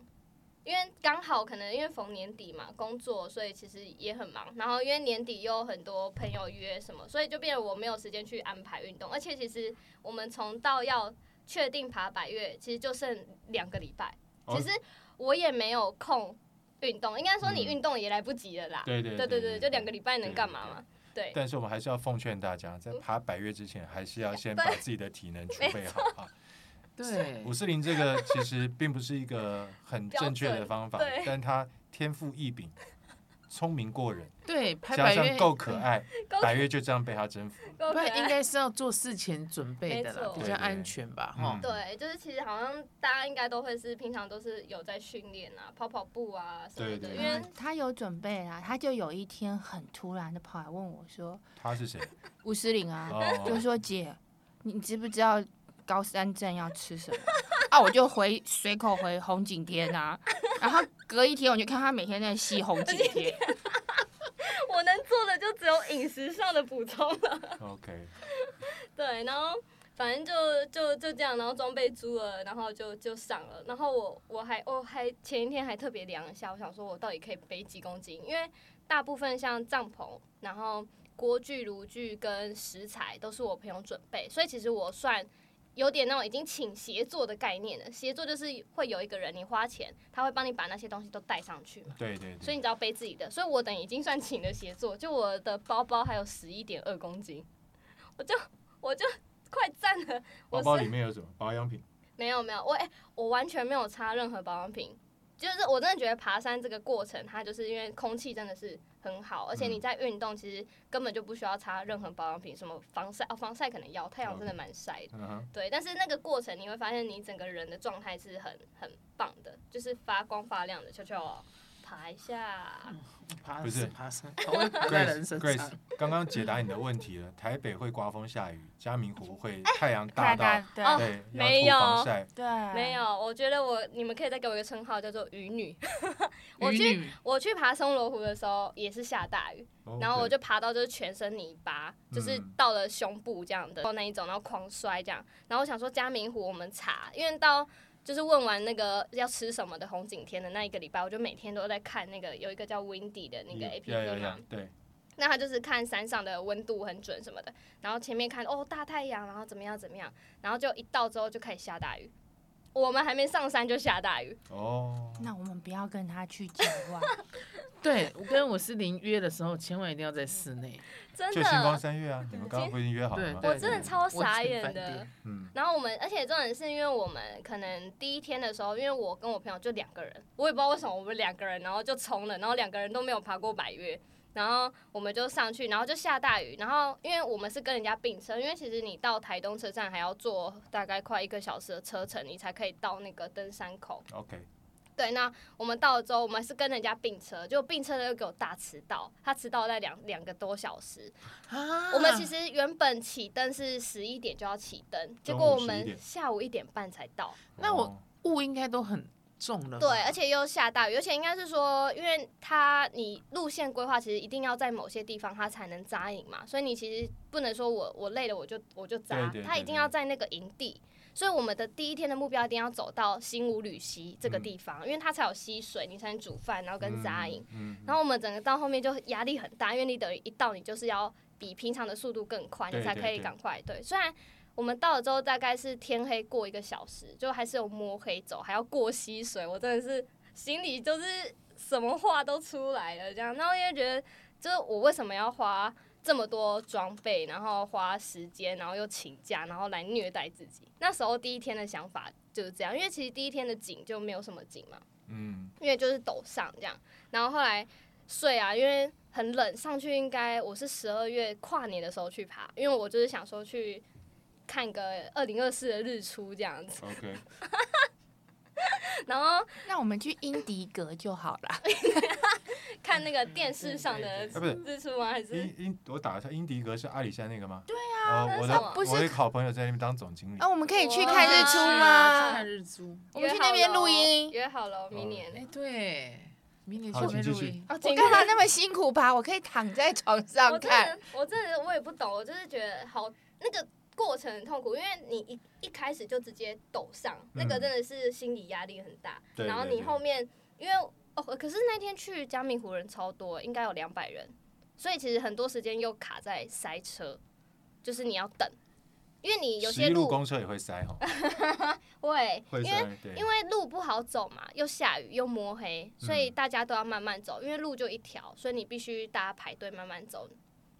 Speaker 5: 因为刚好可能因为逢年底嘛，工作，所以其实也很忙。然后因为年底又有很多朋友约什么，所以就变得我没有时间去安排运动。而且其实我们从到要确定爬百越，其实就剩两个礼拜。
Speaker 1: 哦
Speaker 5: 其实我也没有空运动，应该说你
Speaker 1: 嗯
Speaker 5: 运动也来不及了啦。
Speaker 1: 对对
Speaker 5: 对对对，就两个礼拜能干嘛？
Speaker 1: 对对对
Speaker 5: 嘛？对，
Speaker 1: 但是我们还是要奉劝大家，在
Speaker 5: 嗯
Speaker 1: 爬百越之前，还是要先把自己的体能储备好啊。
Speaker 2: 对
Speaker 1: 五四零这个其实并不是一个很正确的方法
Speaker 5: 标准，对
Speaker 1: 但他天赋异禀，聪明过人，
Speaker 2: 对，拍
Speaker 1: 加
Speaker 2: 百
Speaker 1: 上
Speaker 2: 越
Speaker 1: 够可，爱，
Speaker 5: 够
Speaker 1: 百越就这样被他征服。
Speaker 5: 够
Speaker 2: 不
Speaker 5: 可
Speaker 2: 然
Speaker 5: 爱
Speaker 2: 应该是要做事前准备
Speaker 5: 没
Speaker 2: 的啦
Speaker 5: 错，
Speaker 2: 比
Speaker 1: 对
Speaker 2: 较
Speaker 1: 对
Speaker 2: 安全吧，哈
Speaker 1: 嗯。
Speaker 5: 对，就是其实好像大家应该都会是平常都是有在训练啊，跑跑步啊什么
Speaker 1: 对
Speaker 5: 的，
Speaker 1: 对
Speaker 5: 因为
Speaker 4: 嗯他有准备啦，他就有一天很突然的跑来问我说
Speaker 1: 他 是谁？：“
Speaker 4: 吴思玲啊，就
Speaker 1: 哦，
Speaker 4: 说姐，你知不知道高山症要吃什么？ 啊，我就回随口回红景天啊， 然后隔一天我就看他每天在吸红景 天，
Speaker 5: 我能做的就只有饮食上的补充了。
Speaker 1: 哦 OK，
Speaker 5: 对，然后反正就就就这样，然后装备租了，然后就就上了。然后我我还我还前一天还特别量一下，我想说我到底可以背几公斤，因为大部分像帐篷，然后锅具、炉具跟食材都是我朋友准备，所以其实我算。有点那种已经请协作的概念了，协作就是会有一个人，你花钱，他会帮你把那些东西都带上去嘛。
Speaker 1: 对对
Speaker 5: 所以
Speaker 1: 对，
Speaker 5: 你只要背自己的。所以我等于已经算请了协作，就我的包包还有十一点二公斤， 我就我就快站了。
Speaker 1: 包
Speaker 5: 我
Speaker 1: 包
Speaker 5: 是
Speaker 1: 里面有什么保养品？
Speaker 5: 没有没有，我哎、我完全没有擦任何保养品。就是我真的觉得爬山这个过程，它就是因为空气真的是很好，
Speaker 1: 嗯
Speaker 5: 而且你在运动其实根本就不需要擦任何保养品，什么防晒哦，防晒可能要，太
Speaker 1: 啊
Speaker 5: 阳真的蛮晒的。
Speaker 1: 嗯哼，
Speaker 5: 对，但是那个过程你会发现，你整个人的状态是很很棒的，就是发光发亮的。球球爬一下，
Speaker 2: 爬
Speaker 1: 嗯不是
Speaker 2: 山爬山，我 也不在人身
Speaker 1: Grace，
Speaker 2: 上。
Speaker 1: 刚刚解答你的问题了。台北会刮风下雨，嘉明湖会
Speaker 5: 哎
Speaker 1: 太阳大到
Speaker 4: 对
Speaker 5: 哦
Speaker 1: 对，要
Speaker 5: 没
Speaker 1: 涂
Speaker 5: 有
Speaker 1: 防晒。
Speaker 4: 对，
Speaker 5: 没有，我觉得我你们可以再给我一个称号，叫做鱼女。 我
Speaker 2: 渔
Speaker 5: 去
Speaker 2: 女
Speaker 5: 我去爬松罗湖的时候也是下大雨，然后我
Speaker 1: OK
Speaker 5: 就爬到就是全身泥巴，就是
Speaker 1: 嗯
Speaker 5: 到了胸部这样的，然后那一种，然后狂摔这样。然后我想说嘉明湖我们查，因为到就是问完那个要吃什么的红景天的那一个礼拜，我就每天都在看那个有一个叫 Windy 的那个 A P
Speaker 1: 呀呀
Speaker 5: P 嘛
Speaker 1: 呀，对，
Speaker 5: 那他就是看山上的温度很准什么的，然后前面看哦大太阳，然后怎么样怎么样，然后就一到之后就开始下大雨，我们还没上山就下大雨，
Speaker 1: 哦，
Speaker 4: 那我们不要跟他去讲 话，
Speaker 2: 对我跟我是零约的时候，千万一定要在室内。
Speaker 5: 真
Speaker 1: 就星光
Speaker 5: 的，
Speaker 1: 三月啊，你们刚刚不是约好了
Speaker 2: 对，
Speaker 1: 吗？
Speaker 2: 对
Speaker 5: 我真的超傻眼的。
Speaker 2: 我去饭店
Speaker 1: 嗯，
Speaker 5: 然后我们，而且重点是因为我们可能第一天的时候，因为我跟我朋友就两个人，我也不知道为什么我们两个人，然后就冲了，然后两个人都没有爬过百越，然后我们就上去，然后就下大雨，然后因为我们是跟人家并车，因为其实你到台东车站还要坐大概快一个小时的车程，你才可以到那个登山口。
Speaker 1: OK，
Speaker 5: 对，那我们到了之后，我们是跟人家并车，就并车的又给我大迟到，他迟到在两两个多小时，
Speaker 2: 啊，
Speaker 5: 嗯我们其实原本起灯是十一点就要起灯，结
Speaker 1: 中午
Speaker 5: 果我
Speaker 1: 11
Speaker 5: 们
Speaker 1: 哦点
Speaker 5: 下午一点半才到。
Speaker 2: 那我
Speaker 1: 哦
Speaker 2: 雾应该都很重
Speaker 1: 嗯
Speaker 2: 了吧。
Speaker 5: 对，而且又下大雨，而且应该是说，因为它你路线规划其实一定要在某些地方它才能扎营嘛，所以你其实不能说我我累了我就我就扎，
Speaker 1: 对对对
Speaker 5: 它一定要在那个营地。所以我们的第一天的目标一定要走到新五吕溪这个
Speaker 1: 嗯
Speaker 5: 地方，因为它才有溪水，你才能煮饭，然后跟扎营。，
Speaker 1: 嗯，嗯
Speaker 5: 然后我们整个到后面就压力很大，因为你等于一到你就是要比平常的速度更快，
Speaker 1: 对
Speaker 5: 你才
Speaker 1: 对
Speaker 5: 可以
Speaker 1: 对
Speaker 5: 赶快对。虽然我们到了之后大概是天黑过一个小时，就还是有摸黑走，还要过溪水，我真的是心里就是什么话都出来了这样。然后因为觉得，就是我为什么要花这么多装备，然后花时间，然后又请假，然后来虐待自己？那时候第一天的想法就是这样，因为其实第一天的景就没有什么景嘛。
Speaker 1: 嗯，
Speaker 5: 因为就是陡上这样。然后后来睡啊，因为很冷，上去应该我是十二月跨年的时候去爬，因为我就是想说去看个二零二四的日出这样子。
Speaker 1: 嗯 OK，
Speaker 5: 然后
Speaker 4: 那我们去英迪格就好 了。
Speaker 5: 看那个电视上
Speaker 4: 哎
Speaker 5: 的
Speaker 1: 啊不是
Speaker 5: 日出吗？还是
Speaker 1: 英英，我打一下，英迪格是阿里山那个吗？对
Speaker 5: 那
Speaker 1: 啊
Speaker 5: 是
Speaker 1: 我
Speaker 5: 什么哦
Speaker 1: 的
Speaker 4: 不是
Speaker 1: 我的好朋友在那边当总经理
Speaker 4: 啊，，我们可以去看日出
Speaker 2: 去
Speaker 4: 吗
Speaker 5: 哇？
Speaker 2: 看日出。
Speaker 4: 我们去那边录音
Speaker 5: 约好了，明
Speaker 2: 哎、
Speaker 5: 年。
Speaker 2: 对，明年
Speaker 1: 好
Speaker 2: 去那边
Speaker 1: 请
Speaker 2: 录
Speaker 1: 继续
Speaker 2: 音。
Speaker 5: 哦，
Speaker 4: 我
Speaker 5: 请
Speaker 4: 干嘛那么辛苦爬？我可以躺在床上
Speaker 5: 我真
Speaker 4: 看。
Speaker 5: 的，我真的我也不懂，我就是觉得好那个过程很痛苦，因为你一一开始就直接抖上，那个
Speaker 1: 嗯
Speaker 5: 真的是心理压力很大。
Speaker 1: 对
Speaker 5: 然后
Speaker 1: 对
Speaker 5: 你
Speaker 1: 对
Speaker 5: 后面因为哦，可是那天去嘉明湖人超多，应该有两百人，所以其实很多时间又卡在塞车，就是你要等。因为你有
Speaker 1: 十
Speaker 5: 些
Speaker 1: 一路
Speaker 5: 路
Speaker 1: 公车也会塞哈，
Speaker 5: 会，
Speaker 1: 会
Speaker 5: 因为
Speaker 1: 塞，对，嗯
Speaker 5: 因为路不好走嘛，又下雨又摸黑，所以大家都要慢慢走，因为路就一条，所以你必须大家排队慢慢走，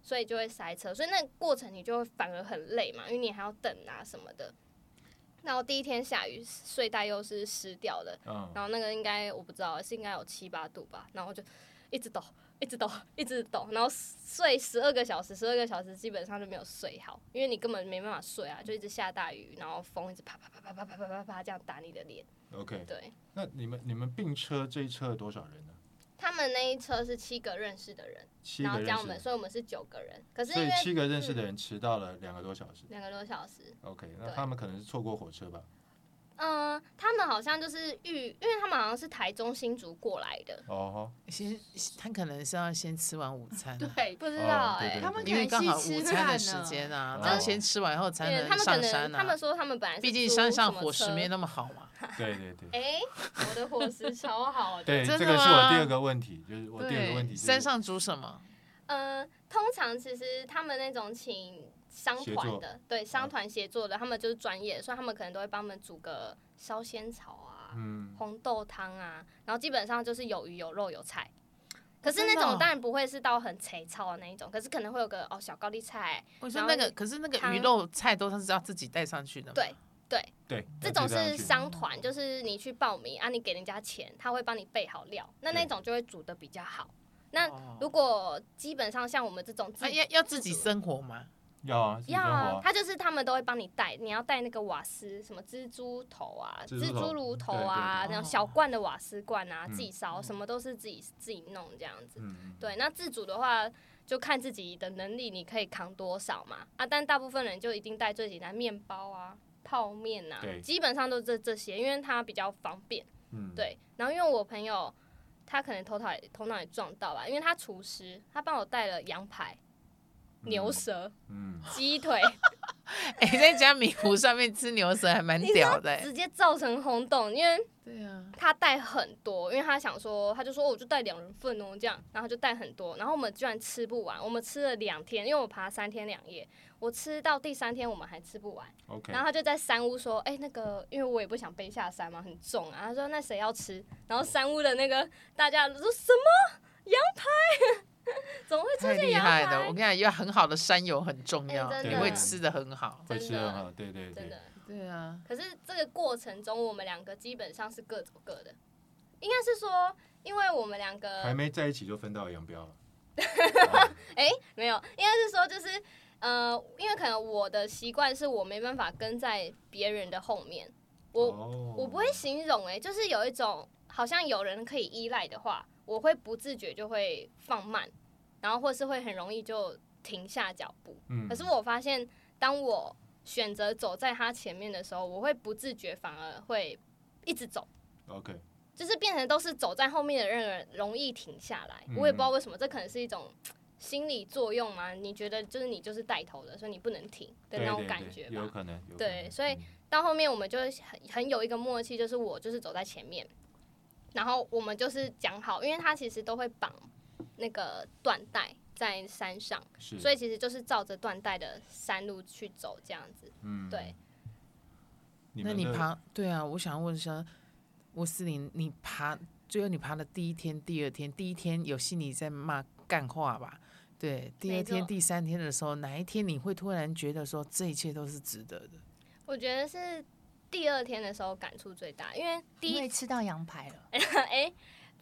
Speaker 5: 所以就会塞车，所以那个过程你就会反而很累嘛，因为你还要等啊什么的。然后第一天下雨，睡袋又是湿掉的，
Speaker 1: 嗯，
Speaker 5: 然后那个应该我不知道是应该有七八度吧，然后就一直抖，一直抖， 一直抖，然后睡十二个小时，十二个小时基本上就没有睡好，因为你根本没办法睡啊，就一直下大雨，然后风一直啪啪啪啪啪啪啪啪啪这样打你的脸。
Speaker 1: OK，
Speaker 5: 对
Speaker 1: 那你们你们并车这一车有多少人呢？
Speaker 5: 他们那一车是七个认识的人，
Speaker 1: 七
Speaker 5: 然
Speaker 1: 个
Speaker 5: 后
Speaker 1: 认
Speaker 5: 加我
Speaker 1: 识
Speaker 5: 们，
Speaker 1: 的，
Speaker 5: 所以我们是九个人，可是
Speaker 1: 所
Speaker 5: 因
Speaker 1: 以
Speaker 5: 为
Speaker 1: 七个认识的人迟到了两个多小时。
Speaker 5: 两个多小时，
Speaker 1: OK，那
Speaker 5: 嗯对
Speaker 1: 他们可能是错过火车吧？
Speaker 5: 嗯、他们好像就是预，因为他们好像是台中新竹过来的，
Speaker 1: 哦，
Speaker 2: 先他可能是要先吃完午餐啊、
Speaker 4: 对，
Speaker 5: 不知道
Speaker 1: 哦
Speaker 5: 哎、
Speaker 1: 对对
Speaker 4: 他们可
Speaker 2: 因为
Speaker 4: 能
Speaker 2: 刚好午
Speaker 4: 是吃
Speaker 2: 餐的
Speaker 4: 饭
Speaker 2: 时
Speaker 4: 呢。
Speaker 2: 间啊，
Speaker 1: 哦
Speaker 2: 然后先吃完以后才
Speaker 5: 哎对他
Speaker 2: 能
Speaker 5: 们可
Speaker 2: 上
Speaker 5: 能
Speaker 2: 山
Speaker 5: 他
Speaker 2: 啊
Speaker 5: 们。说他们本来是
Speaker 2: 毕竟
Speaker 5: 租
Speaker 2: 山上
Speaker 5: 什么
Speaker 2: 伙食
Speaker 5: 车
Speaker 2: 没那么好嘛。
Speaker 1: 对对对。
Speaker 5: 哎、我的伙食 超好的。
Speaker 1: 对，
Speaker 2: 真
Speaker 1: 这
Speaker 2: 的
Speaker 1: 个是我
Speaker 2: 吗
Speaker 1: 第二个问题，就是我第二个
Speaker 4: 对
Speaker 1: 问题、就是，
Speaker 2: 山上煮什么？
Speaker 5: 呃，通常其实他们那种请商团的，对商团协作的，他们就是专业，所以他们可能都会帮我们煮个烧仙草啊、
Speaker 1: 嗯，
Speaker 5: 红豆汤啊，然后基本上就是有鱼、有肉、有菜。可是
Speaker 2: 真的
Speaker 5: 那种
Speaker 2: 哦
Speaker 5: 当然不会是到很粗糙的那一种，可是可能会有个哦小高丽菜，
Speaker 2: 我说
Speaker 5: 然后
Speaker 2: 那个，可是那个鱼
Speaker 5: 汤
Speaker 2: 肉菜都是要自己带上去的嘛。
Speaker 5: 对
Speaker 1: 对，
Speaker 5: 这
Speaker 1: 要
Speaker 5: 种
Speaker 1: 记得
Speaker 5: 是
Speaker 1: 去
Speaker 5: 商团，就是你去报名啊，你给人家钱，他会帮你备好料，那
Speaker 1: 对
Speaker 5: 那种就会煮的比较好。那
Speaker 2: 哦
Speaker 5: 如果基本上像我们这种自
Speaker 2: 啊，要要自己
Speaker 5: 煮
Speaker 2: 生活嘛。
Speaker 1: 要啊，自己
Speaker 5: 要
Speaker 1: 生活
Speaker 5: 啊
Speaker 1: 啊，
Speaker 5: 他就是他们都会帮你带，你要带那个瓦斯，什么蜘蛛头啊、
Speaker 1: 蜘蛛
Speaker 5: 蜘
Speaker 1: 头嗯
Speaker 5: 蛛炉头
Speaker 1: 对对
Speaker 5: 啊，
Speaker 2: 对
Speaker 5: 那种
Speaker 2: 哦
Speaker 5: 小罐的瓦斯罐啊，
Speaker 1: 嗯
Speaker 5: 自己烧，什么都是自己自己弄这样子。
Speaker 1: 嗯，嗯，
Speaker 5: 对，那自主的话就看自己的能力，你可以扛多少嘛。啊，但大部分人就一定带最简单面包啊、泡面啊
Speaker 1: 对，
Speaker 5: 基本上都是这这些，因为它比较方便。
Speaker 1: 嗯，
Speaker 5: 对，然后因为我朋友他可能头脑也头脑也撞到吧，因为他厨师，他帮我带了羊排、
Speaker 1: 嗯
Speaker 5: 牛舌、
Speaker 1: 嗯，
Speaker 5: 鸡腿。
Speaker 2: 哎，在家米糊上面吃牛舌还蛮
Speaker 5: 你知
Speaker 2: 屌
Speaker 5: 道
Speaker 2: 的欸。
Speaker 5: 直接造成轰动，因为
Speaker 2: 对啊，
Speaker 5: 他带很多，因为他想说，他就说、哦我就带两人份哦，这样，然后就带很多，然后我们居然吃不完，我们吃了两天，因为我爬三天两夜，我吃到第三天我们还吃不
Speaker 2: 嗯
Speaker 5: 完，
Speaker 1: ，OK，
Speaker 5: 然后他就在山屋说，哎、那个，因为我也不想背下山嘛，很重啊，他说那谁要吃，然后山屋的那个大家都说什么羊排， 怎么会
Speaker 2: 太
Speaker 5: 出现
Speaker 2: 厉
Speaker 5: 羊
Speaker 2: 害了！我
Speaker 5: 排
Speaker 2: 跟？你讲，要很好的山友很重要，
Speaker 5: 哎
Speaker 1: 真
Speaker 2: 你
Speaker 1: 的
Speaker 2: 会吃的很好。
Speaker 1: 会吃很
Speaker 5: 真的
Speaker 1: 好，对对
Speaker 5: 真
Speaker 1: 对
Speaker 5: 的。，
Speaker 2: 对啊，
Speaker 5: 可是这个过程中，我们两个基本上是各走各的，应该是说，因为我们两个
Speaker 1: 还没在一起就分道扬镳了。
Speaker 5: 哎、没有，应该是说就是，呃，因为可能我的习惯是我没办法跟在别人的后面， 我、
Speaker 1: 哦
Speaker 5: 我不会形容哎、就是有一种好像有人可以依赖的话，我会不自觉就会放慢，然后或是会很容易就停下脚步。
Speaker 1: 嗯，
Speaker 5: 可是我发现，当我选择走在他前面的时候，我会不自觉反而会一直走。
Speaker 1: OK，
Speaker 5: 就是变成都是走在后面的人容易停下来。
Speaker 1: 嗯
Speaker 5: 我也不知道为什么，这可能是一种嘖心理作用吗？你觉得就是你就是带头的，所以你不能停的
Speaker 1: 对
Speaker 5: 那
Speaker 1: 对
Speaker 5: 种
Speaker 1: 对，
Speaker 5: 感觉
Speaker 1: 有
Speaker 5: 吧？
Speaker 1: 可能，有可
Speaker 5: 对
Speaker 1: 能
Speaker 5: 所以
Speaker 1: 嗯
Speaker 5: 到后面我们就会很很有一个默契，就是我就是走在前面，然后我们就是讲好，因为他其实都会绑那个缎带在山上，
Speaker 1: 是，
Speaker 5: 所
Speaker 1: 以
Speaker 5: 以其实就是照着缎带的山路去走这样子。
Speaker 1: 嗯，
Speaker 5: 对，
Speaker 1: 你
Speaker 2: 那
Speaker 1: 们
Speaker 2: 你
Speaker 1: 的
Speaker 2: 爬对啊，我想问一下，吴思玲，你爬最后你爬的第一天、第二天，第一天有心里在骂干话吧？对，第二
Speaker 5: 没
Speaker 2: 天、
Speaker 5: 错
Speaker 2: 第三天的时候，哪一天你会突然觉得说这一切都是值得的？
Speaker 5: 我觉得是第二天的时候感触最大，因为第一
Speaker 4: 因为吃到羊排了，
Speaker 5: 哎、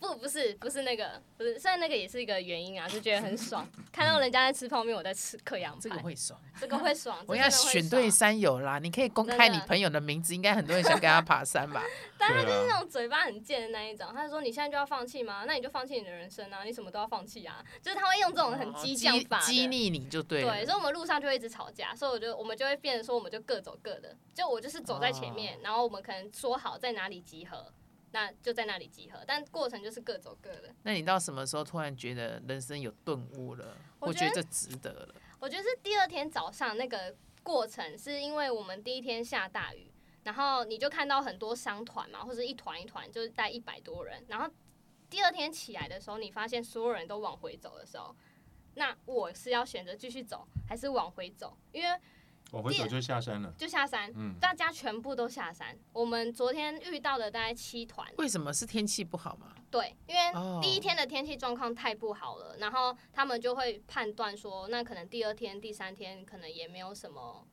Speaker 5: 不，不是，不是那个，不是，虽然那个也是一个原因啊，就觉得很爽，看到人家在吃泡面，我在吃嗑羊排，
Speaker 2: 这个会爽。
Speaker 5: 这个会爽，
Speaker 2: 我
Speaker 5: 哎
Speaker 2: 要
Speaker 5: 这真的会
Speaker 2: 选对
Speaker 5: 爽
Speaker 2: 山友啦，你可以公
Speaker 5: 真
Speaker 2: 开
Speaker 5: 的
Speaker 2: 你朋友的名字，应该很多人想跟他爬山吧？
Speaker 5: 但他
Speaker 1: 对
Speaker 5: 就是
Speaker 1: 啊
Speaker 5: 那种嘴巴很贱的那一种，他就说你现在就要放弃吗？那你就放弃你的人生啊，你什么都要放弃啊，就是他会 用这种很
Speaker 2: 哦
Speaker 5: 激将法的
Speaker 2: 激励你就对了。
Speaker 5: 对，所以我们路上就会一直吵架，所以我就我们就会变成说，我们就各走各的。就我就是走在前
Speaker 2: 哦
Speaker 5: 面，然后我们可能说好在哪里集合，那就在那里集合，但过程就是各走各的。
Speaker 2: 那你到什么时候突然觉得人生有顿悟了，
Speaker 5: 我
Speaker 2: 或
Speaker 5: 觉
Speaker 2: 觉
Speaker 5: 得
Speaker 2: 得值得了？
Speaker 5: 我觉得是第二天早上那个过程，是因为我们第一天下大雨，然后你就看到很多商团嘛，或者一团一团，就是带一百多人。然后第二天起来的时候，你发现所有人都往回走的时候，那我是要选择继续走，还是往回走？因为
Speaker 1: 往回走就下山了。
Speaker 5: 就下山，
Speaker 1: 嗯，
Speaker 5: 大家全部都下山。我们昨天遇到的大概七团，
Speaker 2: 为什么是天气不好嘛？
Speaker 5: 对，因为
Speaker 2: 哦
Speaker 5: 第一天的天气状况太不好了，然后他们就会判断说，那可能第二天、第三天可能也没有什么，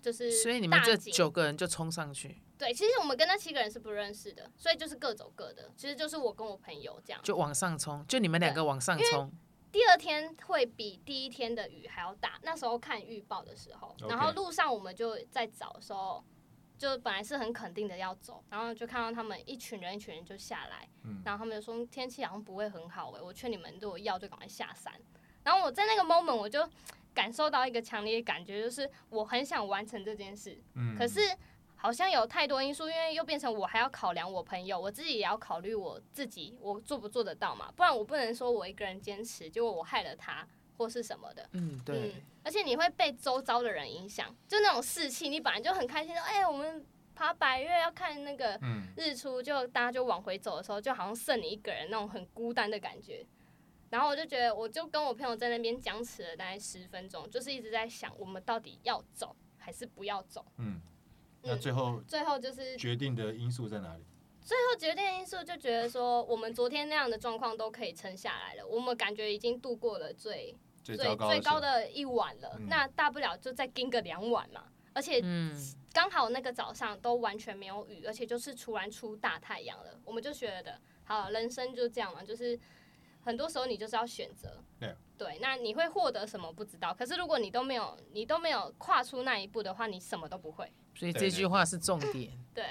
Speaker 5: 就是
Speaker 2: 所以你们这
Speaker 5: 大景
Speaker 2: 九个人就冲上去，
Speaker 5: 对，其实我们跟那七个人是不认识的，所以就是各走各的。其实就是我跟我朋友这样。
Speaker 2: 就往上冲，就你们两个往上冲，
Speaker 5: 第二天会比第一天的雨还要大。那时候看预报的时候
Speaker 1: OK
Speaker 5: 然后路上我们就在找的时候，就本来是很肯定的要走，然后就看到他们一群人一群人就下来，
Speaker 1: 嗯
Speaker 5: 然后他们就说天气好像不会很好欸诶、我劝你们如果要就赶快下山。然后我在那个 moment 我就感受到一个强烈的感觉，就是我很想完成这件事，
Speaker 1: 嗯
Speaker 5: 可是好像有太多因素，因为又变成我还要考量我朋友，我自己也要考虑我自己，我做不做得到嘛？不然我不能说我一个人坚持，结果我害了他或是什么的。
Speaker 2: 嗯，对，
Speaker 5: 嗯，而且你会被周遭的人影响，就那种士气，你本来就很开心说，哎、我们爬百越要看那个
Speaker 1: 嗯，
Speaker 5: 日出，就大家就往回走的时候，就好像剩你一个人那种很孤单的感觉。然后我就觉得，我就跟我朋友在那边僵持了大概十分钟，就是一直在想，我们到底要走还是不要走。
Speaker 1: 嗯，那最后
Speaker 5: 最后就是最
Speaker 1: 决定的因素在哪里？
Speaker 5: 后决定因素就觉得说，我们昨天那样的状况都可以撑下来了，我们感觉已经度过了最
Speaker 1: 最
Speaker 5: 最
Speaker 1: 糟糕
Speaker 5: 最高
Speaker 1: 的
Speaker 5: 的一晚了，
Speaker 1: 嗯
Speaker 5: 那大不了就再盯个两晚嘛。而且
Speaker 2: 嗯，
Speaker 5: 刚好那个早上都完全没有雨，而且就是突然出大太阳了，我们就觉得，好，人生就这样嘛，就是很多时候你就是要选择。
Speaker 1: 对
Speaker 5: 对，那你会获得什么不知道，可是如果你都没有，你都没有跨出那一步的话，你什么都不会。
Speaker 2: 所以
Speaker 1: 对
Speaker 2: 这
Speaker 1: 对
Speaker 2: 句
Speaker 1: 对
Speaker 2: 话是重点。
Speaker 5: 对，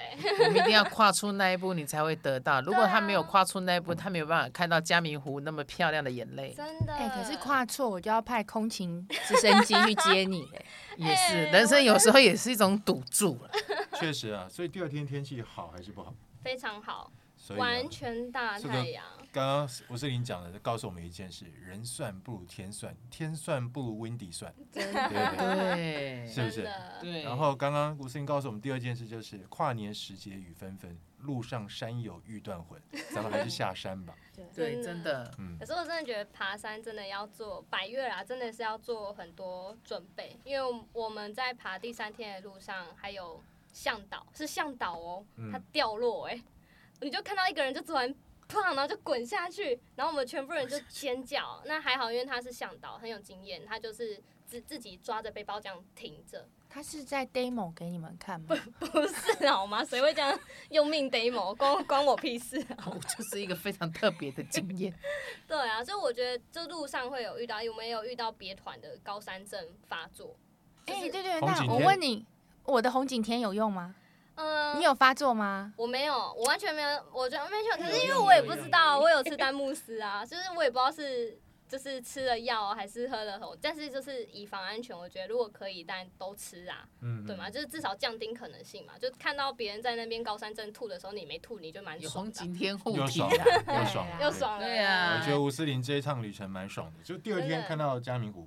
Speaker 2: 我们一定要跨出那一步，你才会得到。如果他没有
Speaker 5: 啊
Speaker 2: 跨出那一步，他没有办法看到嘉明湖那么漂亮的眼泪。
Speaker 5: 真的。
Speaker 4: 哎、可是跨错我就要派空勤直升机去接你嘞。
Speaker 2: 也是，
Speaker 5: 哎
Speaker 2: 人生有时候也是一种赌注 了。
Speaker 1: 确实啊，所以第二天天气好还是不好？
Speaker 5: 非常好，
Speaker 1: 所以啊
Speaker 5: 完全大太阳。
Speaker 1: 刚刚吴世林讲的告诉我们一件事：人算不如天算，天算不如 Windy 算，
Speaker 4: 真
Speaker 1: 对
Speaker 4: 的
Speaker 1: 不 对？
Speaker 2: 对
Speaker 1: 是
Speaker 5: 真
Speaker 1: 不是
Speaker 5: 的，
Speaker 2: 对。
Speaker 1: 然后刚刚吴世林告诉我们第二件事就是跨年时节雨纷纷，路上山友欲断魂，咱们还是下山吧。
Speaker 2: 对，真的，
Speaker 1: 嗯
Speaker 5: 可，是我真的觉得爬山真的要做百越啦，真的是要做很多准备，因为我们在爬第三天的路上还有向导，是向导哦，
Speaker 1: 嗯
Speaker 5: 它掉落哎、你就看到一个人就突然砰，然后就滚下去，然后我们全部人就尖叫。那还好，因为他是向导，很有经验，他就是自自己抓着背包这样挺着，
Speaker 4: 他是在 demo 给你们看吗？
Speaker 5: 不是好吗？谁会这样用命 demo？关关我屁事 啊！
Speaker 2: 我就是一个非常特别的经验。
Speaker 5: 对啊，所以我觉得这路上会有遇到，有没有遇到别团的高山症发作？
Speaker 4: 哎、
Speaker 5: 就是
Speaker 4: 对对，
Speaker 1: 红景
Speaker 4: 那我
Speaker 1: 天
Speaker 4: 问你，我的红景天有用吗？
Speaker 5: 嗯、
Speaker 4: 你有发作吗？
Speaker 5: 我没有，我完全没有，我觉得没有。可是因为
Speaker 2: 有
Speaker 5: 我也
Speaker 2: 有
Speaker 5: 不
Speaker 2: 有
Speaker 5: 知道，我有吃丹慕斯啊， 就是我也不知道是就是吃了药啊还是喝了红，但是就是以防安全，我觉得如果可以，当然都吃啊，
Speaker 1: 嗯，
Speaker 5: 对吗？就是至少降低可能性嘛。就看到别人在那边高山症吐的时候，你没吐，你就蛮
Speaker 2: 有
Speaker 5: 爽
Speaker 2: 红
Speaker 5: 的啊，
Speaker 2: 景天护
Speaker 1: 又
Speaker 2: 体
Speaker 1: 爽
Speaker 2: 啊，
Speaker 1: 了，又爽了，
Speaker 5: 又。爽了。
Speaker 2: 对啊
Speaker 1: 我觉得吴思林这一趟旅程蛮爽的，就第二
Speaker 5: 真
Speaker 1: 天
Speaker 5: 的
Speaker 1: 看到嘉明湖，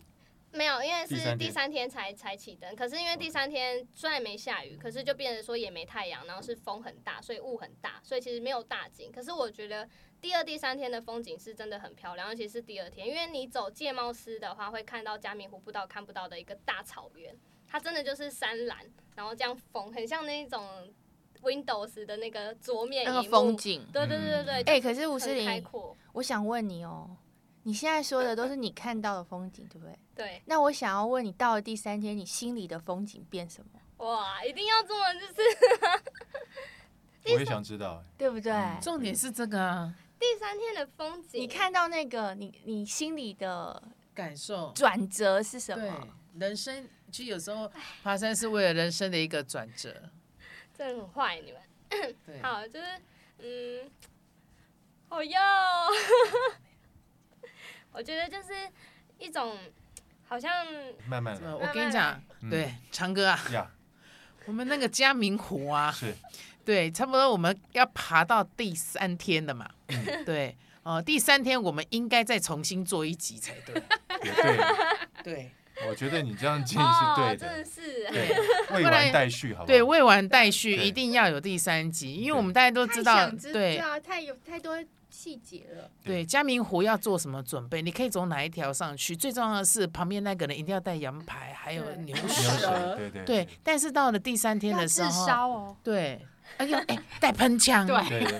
Speaker 5: 没有，因为
Speaker 1: 第
Speaker 5: 是
Speaker 1: 三天
Speaker 5: 第三天才才起灯，可是因为第三天虽然没下雨，可是就变成说也没太阳，然后是风很大，所以雾很大，所以其实没有大景。可是我觉得第二、第三天的风景是真的很漂亮，尤其是第二天，因为你走界猫丝的话，会看到嘉明湖步道看不到的一个大草原，它真的就是山蓝，然后这样风很像那种 Windows 的那个桌面
Speaker 4: 那个
Speaker 5: 荧幕
Speaker 4: 风，景。
Speaker 5: 对对对对对，
Speaker 4: 哎、可是吴思
Speaker 5: 很开
Speaker 4: 玲，
Speaker 5: 阔，
Speaker 4: 我想问你哦，你现在说的都是你看到的风景，对不对？
Speaker 5: 对，
Speaker 4: 那我想要问你，到了第三天，你心里的风景变什么？
Speaker 5: 哇，一定要这么就是。
Speaker 1: 我也想知道。
Speaker 4: 对不对？
Speaker 1: 嗯
Speaker 2: 重点是这个啊，
Speaker 5: 第三天的风景，
Speaker 4: 你看到那个你你心里的
Speaker 2: 感受。
Speaker 4: 转折是什
Speaker 2: 对
Speaker 4: 么？，
Speaker 2: 人生其实有时候爬山是为了人生的一个转折。
Speaker 5: 真的很坏，你们。
Speaker 2: 对，
Speaker 5: 好，就是嗯，好哟， 我觉得就是一种 好像
Speaker 1: 慢慢
Speaker 2: 怎么
Speaker 1: 来
Speaker 2: 我跟你讲，
Speaker 1: 嗯
Speaker 2: 对，长哥啊，
Speaker 1: 呀，
Speaker 2: 我们那个嘉明湖啊，
Speaker 1: 是
Speaker 2: 对，差不多我们要爬到第三天了嘛，
Speaker 1: 嗯
Speaker 2: 对，哦、第三天我们应该再重新做一集才对，
Speaker 1: 也对了，
Speaker 2: 对
Speaker 1: 我觉得你这样建议是
Speaker 5: 哦
Speaker 1: 对，
Speaker 5: 真
Speaker 1: 的
Speaker 5: 的，是
Speaker 1: 对，未
Speaker 2: 不然
Speaker 1: 完待续，好不好？
Speaker 2: 对，未完待续，
Speaker 1: 对
Speaker 2: 一定要有第三集，因为
Speaker 1: 对
Speaker 2: 我们大家都知道，对
Speaker 4: 道，太有太多
Speaker 3: 细节了。
Speaker 1: 嗯
Speaker 2: 对，嘉明湖要做什么准备？你可以走哪一条上去？最重要的是，旁边那个人一定要带羊排，还有
Speaker 3: 对
Speaker 2: 牛
Speaker 1: 没有
Speaker 2: 舌。
Speaker 1: 水，对对
Speaker 2: 对，但是到了第三天的时候，
Speaker 4: 哦，
Speaker 2: 对，哎呦，哎，带喷枪，
Speaker 3: 对
Speaker 1: 对对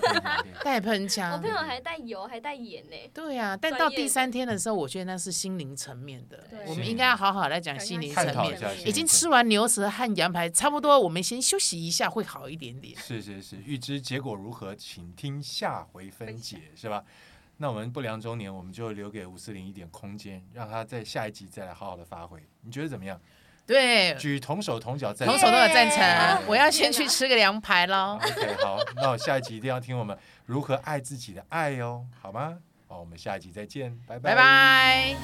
Speaker 1: 对对
Speaker 2: 带喷
Speaker 5: 我
Speaker 2: 枪
Speaker 5: 朋，友还带油，还带盐呢、
Speaker 2: 对呀、但到第三天的时候，我觉得那是心灵层面的
Speaker 3: 对，
Speaker 2: 我们应该要好好来讲心灵
Speaker 1: 对，
Speaker 2: 层
Speaker 1: 探讨一
Speaker 2: 面。
Speaker 1: 下，
Speaker 3: 已
Speaker 2: 已经吃完牛舌和羊排差不多，我们先休息一下会好一点点。
Speaker 1: 是是是，预知结果如何，请听下回分解，是吧？那我们不良中年，我们就留给吴思玲一点空间，让她在下一集再来好好的发挥。你觉得怎么样？
Speaker 2: 对，
Speaker 1: 举同手同脚赞
Speaker 2: 呃同
Speaker 1: 成，
Speaker 2: 手都有赞
Speaker 1: 耶
Speaker 2: 成，我要先去吃个羊排喽。
Speaker 1: OK，好，那我下一集一定要听我们如何爱自己的爱哦，好吗？好，我们下一集再见，拜
Speaker 2: 拜拜。